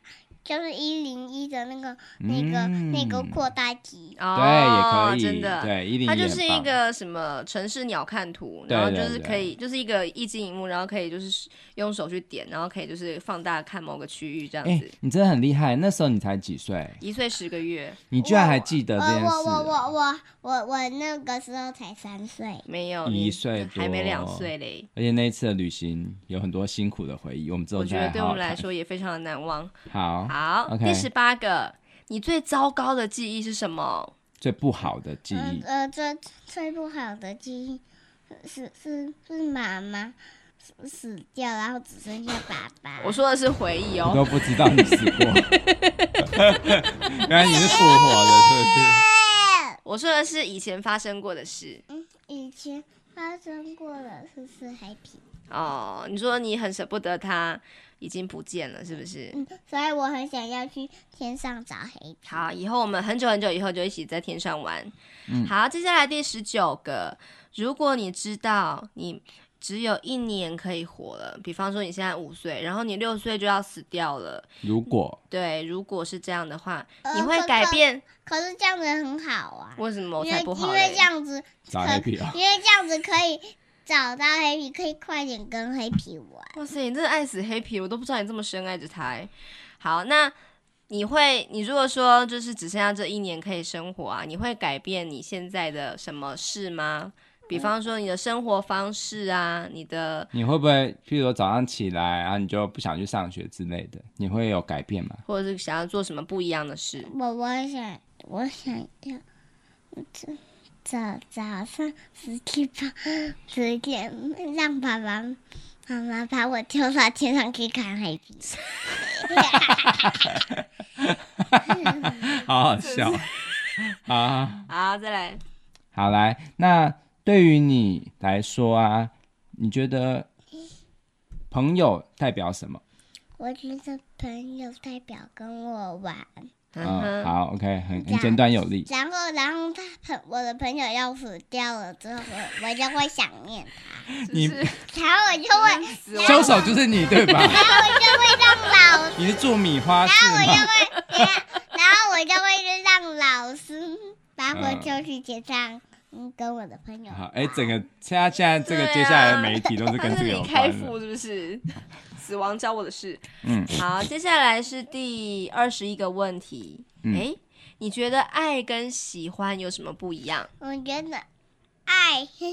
[SPEAKER 3] 就是一零一的那个那个、那个
[SPEAKER 2] 嗯
[SPEAKER 3] 扩大机。
[SPEAKER 1] 哦
[SPEAKER 2] 对，也可以，
[SPEAKER 1] 真的，
[SPEAKER 2] 对，一零
[SPEAKER 1] 它就是一个什么城市鸟看图，
[SPEAKER 2] 对
[SPEAKER 1] 然后就
[SPEAKER 2] 对
[SPEAKER 1] 是
[SPEAKER 2] 对
[SPEAKER 1] 可以，就是一个一机一幕，然后可以就是用手去点，然后可以就是放大看某个区域这样
[SPEAKER 2] 哎、
[SPEAKER 1] 子。
[SPEAKER 2] 你真的很厉害，那时候你才几岁，
[SPEAKER 1] 一岁十个月
[SPEAKER 2] 你居然还记得
[SPEAKER 3] 我呃
[SPEAKER 2] 这件事
[SPEAKER 3] 我我
[SPEAKER 2] 哦、
[SPEAKER 3] 我我我我那个时候才三岁，
[SPEAKER 1] 没有，
[SPEAKER 2] 一
[SPEAKER 1] 你
[SPEAKER 2] 岁
[SPEAKER 1] 还没
[SPEAKER 2] 多
[SPEAKER 1] 两岁嘞。
[SPEAKER 2] 而且那一次的旅行有很多辛苦的回忆，我们之后
[SPEAKER 1] 我觉
[SPEAKER 2] 再
[SPEAKER 1] 得对
[SPEAKER 2] 好
[SPEAKER 1] 我
[SPEAKER 2] 好
[SPEAKER 1] 们来
[SPEAKER 2] 谈。
[SPEAKER 1] 说也非常的难忘。
[SPEAKER 2] 好，
[SPEAKER 1] 好，
[SPEAKER 2] OK
[SPEAKER 1] 第十八个，你最糟糕的记忆是什么？
[SPEAKER 2] 最不好的记
[SPEAKER 3] 嗯
[SPEAKER 2] 忆，
[SPEAKER 3] 呃，最最不好的记忆是是是妈妈死死掉，然后只剩下爸爸。
[SPEAKER 1] 我说的是回忆
[SPEAKER 2] 我
[SPEAKER 1] 哦。
[SPEAKER 2] 都不知道你死过， 原来你是复活的，是不是？
[SPEAKER 1] 我说的是以前发生过的事
[SPEAKER 3] 以前发生过的事是 happy，
[SPEAKER 1] 哦。你说你很舍不得他已经不见了，是不是？
[SPEAKER 3] 嗯，所以我很想要去天上找 happy。
[SPEAKER 1] 好，以后我们很久很久以后就一起在天上玩。好，接下来第十九个，如果你知道你只有一年可以活了，比方说你现在五岁，然后你六岁就要死掉了，
[SPEAKER 2] 如果
[SPEAKER 1] 对，如果是这样的话，
[SPEAKER 3] 呃
[SPEAKER 1] 你会
[SPEAKER 3] 可
[SPEAKER 1] 改
[SPEAKER 3] 可
[SPEAKER 1] 变？
[SPEAKER 3] 可是这样子很好啊，
[SPEAKER 1] 为什么我
[SPEAKER 3] 因
[SPEAKER 1] 才
[SPEAKER 3] 为
[SPEAKER 1] 哦不
[SPEAKER 3] 因
[SPEAKER 1] 好
[SPEAKER 3] 为
[SPEAKER 1] 嘞
[SPEAKER 3] 这？样子
[SPEAKER 2] 找
[SPEAKER 3] 可
[SPEAKER 2] happy 啊，
[SPEAKER 3] 因为这样子可以找到黑皮，可以快点跟黑皮玩。
[SPEAKER 1] 哇塞，你真的爱死黑皮，我都不知道你这么深爱着他欸。好，那你会，你如果说就是只剩下这一年可以生活啊，你会改变你现在的什么事吗？比方说你的生活方式啊，你的
[SPEAKER 2] 你会不会，譬如说早上起来啊，你就不想去上学之类的，你会有改变吗？
[SPEAKER 1] 或者是想要做什么不一样的事？
[SPEAKER 3] 我我想我想要早早早上十点半十点让爸爸妈妈把我丢到天上去看黑皮。
[SPEAKER 2] 好好笑啊！
[SPEAKER 1] 好，再来，
[SPEAKER 2] 好来，那对于你来说啊，你觉得朋友代表什么？
[SPEAKER 3] 我觉得朋友代表跟我玩，
[SPEAKER 1] 嗯哼，
[SPEAKER 2] 好，OK，很
[SPEAKER 3] 这
[SPEAKER 2] 很
[SPEAKER 3] 样
[SPEAKER 2] 简短有力。
[SPEAKER 3] 然后然后他朋我的朋友要死掉了之后，我我就会想念
[SPEAKER 2] 你
[SPEAKER 1] 就是
[SPEAKER 3] 他，然后我就会
[SPEAKER 1] 死 亡
[SPEAKER 2] 凶手就是你对吧？
[SPEAKER 3] 让老
[SPEAKER 2] 你是住米花市
[SPEAKER 3] 我就
[SPEAKER 2] 吗？
[SPEAKER 3] 会，然后然后我就会让老师把我叫去结账，嗯，跟我的朋友。
[SPEAKER 2] 啊好，哎、整个现在现在这个
[SPEAKER 1] 对啊
[SPEAKER 2] 接下来的媒体都是
[SPEAKER 1] 他
[SPEAKER 2] 跟这
[SPEAKER 1] 是
[SPEAKER 2] 个
[SPEAKER 1] 你
[SPEAKER 2] 有
[SPEAKER 1] 开
[SPEAKER 2] 关的
[SPEAKER 1] 腹。是不是？ 死亡教我的事。
[SPEAKER 2] 嗯，
[SPEAKER 1] 好，接下来是第二十一个问题。哎、
[SPEAKER 2] 嗯
[SPEAKER 1] 你觉得爱跟喜欢有什么不一样？
[SPEAKER 3] 我觉得哎爱是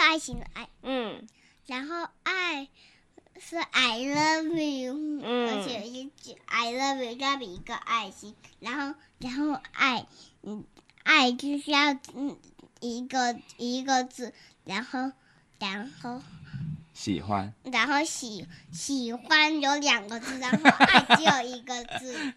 [SPEAKER 3] 爱情的爱，
[SPEAKER 1] 嗯
[SPEAKER 3] 然后爱是 I love you，、
[SPEAKER 1] 嗯
[SPEAKER 3] 而且一句 I love you 加比一个爱心，然后然后爱，嗯，爱就是要嗯一个一个字，然后然后
[SPEAKER 2] 喜欢。
[SPEAKER 3] 然后喜喜欢有两个字，然后爱只有一个字。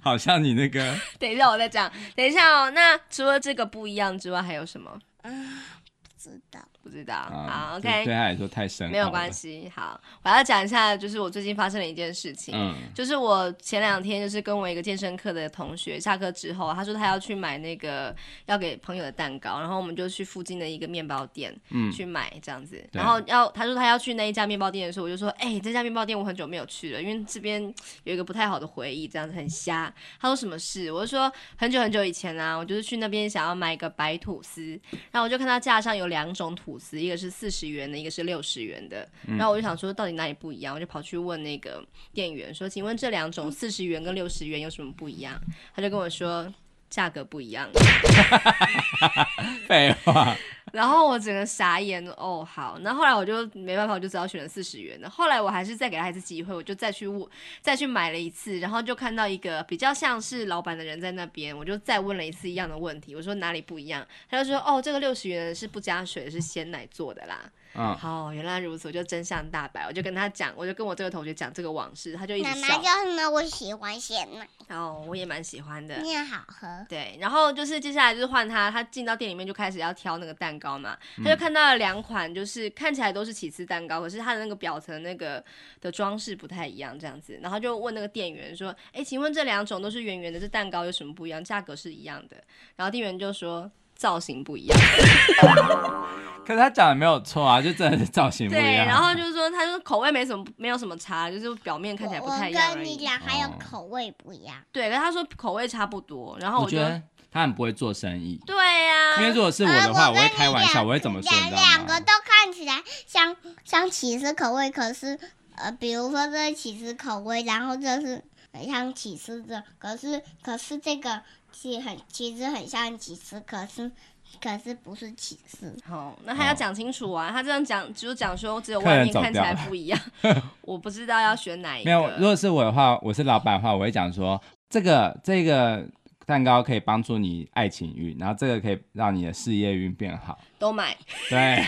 [SPEAKER 2] 好像你那个，
[SPEAKER 1] 等一下，我再讲。等一下哦。那除了这个不一样之外，还有什么？
[SPEAKER 3] 嗯，不知道。
[SPEAKER 1] 不知道。
[SPEAKER 2] 啊
[SPEAKER 1] 好
[SPEAKER 2] 这对
[SPEAKER 1] ，OK，
[SPEAKER 2] 他来说太深，
[SPEAKER 1] 没有关。系。好，我要讲一下，就是我最近发生了一件事情。
[SPEAKER 2] 嗯，
[SPEAKER 1] 就是我前两天就是跟我一个健身课的同学下课之后，他说他要去买那个要给朋友的蛋糕，然后我们就去附近的一个面包店，
[SPEAKER 2] 嗯
[SPEAKER 1] 去买这样子。然后要他说他要去那一家面包店的时候，我就说，哎、这家面包店我很久没有去了，因为这边有一个不太好的回忆，这样子很瞎。他说什么事？我就说很久很久以前啊，我就是去那边想要买一个白吐司，然后我就看到架上有两种吐司，一个是四十元的，一个是六十元的。然后我就想说到底哪里不一样，我就跑去问那个店员说：“请问这两种四十元跟六十元有什么不一样？”他就跟我说。价格不一样，
[SPEAKER 2] 废话，
[SPEAKER 1] 然后我整个傻眼哦，好，那后来我就没办法，我就只好选了四十元的。后来我还是再给他一次机会，我就再去问，再去买了一次，然后就看到一个比较像是老板的人在那边，我就再问了一次一样的问题，我说哪里不一样？他就说哦，这个六十元的是不加水的，是鲜奶做的啦。
[SPEAKER 2] 嗯，
[SPEAKER 1] 好、原来如此，我就真相大白，我就跟他讲，我就跟我这个同学讲这个往事，他就一直
[SPEAKER 3] 妈
[SPEAKER 1] 笑。
[SPEAKER 3] 妈叫什么？我喜欢鲜奶，
[SPEAKER 1] 哦，我也蛮喜欢的。
[SPEAKER 3] 面好喝。
[SPEAKER 1] 对，然后就是接下来就是换他，他进到店里面就开始要挑那个蛋糕嘛，他就
[SPEAKER 2] 嗯
[SPEAKER 1] 看到了两款，就是看起来都是起司蛋糕，可是它的那个表层那个的装饰不太一样，这样子，然后就问那个店员说：“哎，请问这两种都是圆圆的，这蛋糕有什么不一样？价格是一样的？”然后店员就说。造型不一样，
[SPEAKER 2] 可是他讲的没有错啊，就真的是造型不一
[SPEAKER 1] 对，
[SPEAKER 2] 样。
[SPEAKER 1] 然后就是说，他说口味没什么，没有什么差，就是表面看起来
[SPEAKER 3] 我
[SPEAKER 1] 不
[SPEAKER 3] 我
[SPEAKER 1] 太一样而
[SPEAKER 3] 跟你
[SPEAKER 1] 已。
[SPEAKER 3] 讲，还有
[SPEAKER 2] 哦
[SPEAKER 3] 口味不一样。
[SPEAKER 1] 对，可是他说口味差不多，然后
[SPEAKER 2] 我
[SPEAKER 1] 就
[SPEAKER 2] 觉得他很不会做生意，
[SPEAKER 1] 对啊呀、
[SPEAKER 2] 因为如果是我
[SPEAKER 3] 呃
[SPEAKER 2] 的话，
[SPEAKER 3] 我
[SPEAKER 2] 我
[SPEAKER 3] 跟
[SPEAKER 2] 会
[SPEAKER 3] 你
[SPEAKER 2] 开玩笑，
[SPEAKER 3] 讲
[SPEAKER 2] 我会怎么说？你
[SPEAKER 3] 两
[SPEAKER 2] 知
[SPEAKER 3] 两
[SPEAKER 2] 道
[SPEAKER 3] 个
[SPEAKER 2] 吗？
[SPEAKER 3] 都看起来像像起司口味，可是呃，比如说这是起司口味，然后这是很像起司的，可是可是这个其很其实很像起司，可是可是不是起司。
[SPEAKER 1] 好，那他要讲清楚啊！他这样讲，只有讲说只有
[SPEAKER 2] 客
[SPEAKER 1] 外
[SPEAKER 2] 人
[SPEAKER 1] 面
[SPEAKER 2] 走
[SPEAKER 1] 看起
[SPEAKER 2] 掉
[SPEAKER 1] 来
[SPEAKER 2] 了
[SPEAKER 1] 不一 样，我不知道要选哪一个。
[SPEAKER 2] 没有，如果是我的话，我是老板的话，我会讲说，这个这个蛋糕可以帮助你爱情运，然后这个可以让你的事业运变好，
[SPEAKER 1] 都买，
[SPEAKER 2] 对，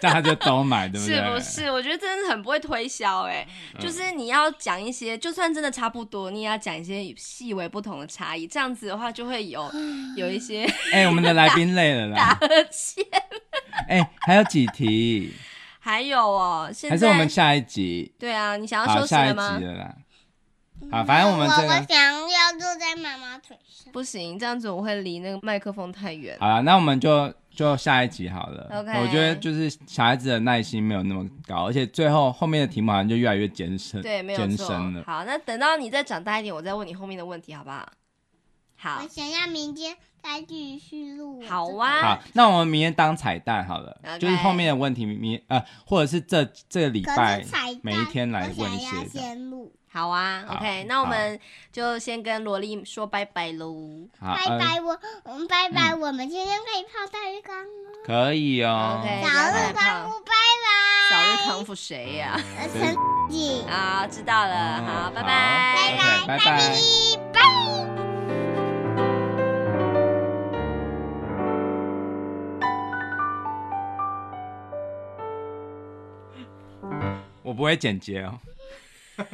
[SPEAKER 2] 这样他就都买，对
[SPEAKER 1] 是
[SPEAKER 2] 对？嗯
[SPEAKER 1] 不是？我觉得真的很不会推销，哎，就是你要讲一些，就算真的差不多，你也要讲一些细微不同的差异，这样子的话就会
[SPEAKER 2] 啊
[SPEAKER 1] 有有一些
[SPEAKER 2] 哎、我们的来宾累了啦，
[SPEAKER 1] 线。
[SPEAKER 2] 哎、还有几题，
[SPEAKER 1] 还有哦，现
[SPEAKER 2] 还是我
[SPEAKER 1] 在
[SPEAKER 2] 们下一集，
[SPEAKER 1] 对啊，你想要
[SPEAKER 2] 好，
[SPEAKER 1] 休息
[SPEAKER 2] 下一
[SPEAKER 1] 了吗嗯
[SPEAKER 2] 集？了啦。好，反正我们这
[SPEAKER 3] 我
[SPEAKER 2] 个
[SPEAKER 3] 想要坐在妈妈腿上。
[SPEAKER 1] 不行，这样子我会离那个麦克风太远。
[SPEAKER 2] 好了，那我们就就下一集好了。
[SPEAKER 1] OK
[SPEAKER 2] 我觉得就是小孩子的耐心没有那么高，而且最后后面的题目好像就越来越艰深，
[SPEAKER 1] 对，没有
[SPEAKER 2] 艰
[SPEAKER 1] 错。
[SPEAKER 2] 深了。
[SPEAKER 1] 好，那等到你再长大一点，我再问你后面的问题，好不好？好
[SPEAKER 3] 我，想要明天再继续录我这个。
[SPEAKER 1] 好啊
[SPEAKER 2] 好，那我们明天当彩蛋好了
[SPEAKER 1] OK
[SPEAKER 2] 就是后面的问题明呃，或者是这这个礼
[SPEAKER 3] 可
[SPEAKER 2] 拜
[SPEAKER 3] 是彩蛋
[SPEAKER 2] 每一天来
[SPEAKER 3] 我
[SPEAKER 2] 问一
[SPEAKER 3] 想要
[SPEAKER 2] 些的。
[SPEAKER 3] 先录，
[SPEAKER 1] 好啊
[SPEAKER 2] 好
[SPEAKER 1] ，OK，那我们就先跟萝莉说拜拜喽。
[SPEAKER 2] 好，
[SPEAKER 3] 拜
[SPEAKER 2] 呃，
[SPEAKER 3] 拜我，嗯，拜拜，我们今天可以泡大浴缸了，
[SPEAKER 2] 可以哦。
[SPEAKER 1] OK 哎
[SPEAKER 3] 早
[SPEAKER 1] 拜拜
[SPEAKER 3] 日康复，拜
[SPEAKER 1] 早
[SPEAKER 3] 拜，
[SPEAKER 1] 日康复谁呀、
[SPEAKER 3] 呃陈姐，
[SPEAKER 1] 啊？知道了，
[SPEAKER 2] 嗯
[SPEAKER 1] 好，拜
[SPEAKER 2] 好
[SPEAKER 1] 拜。
[SPEAKER 2] OK，拜拜。
[SPEAKER 3] 拜拜。
[SPEAKER 2] 我不会剪接哦。哦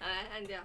[SPEAKER 1] 来按掉。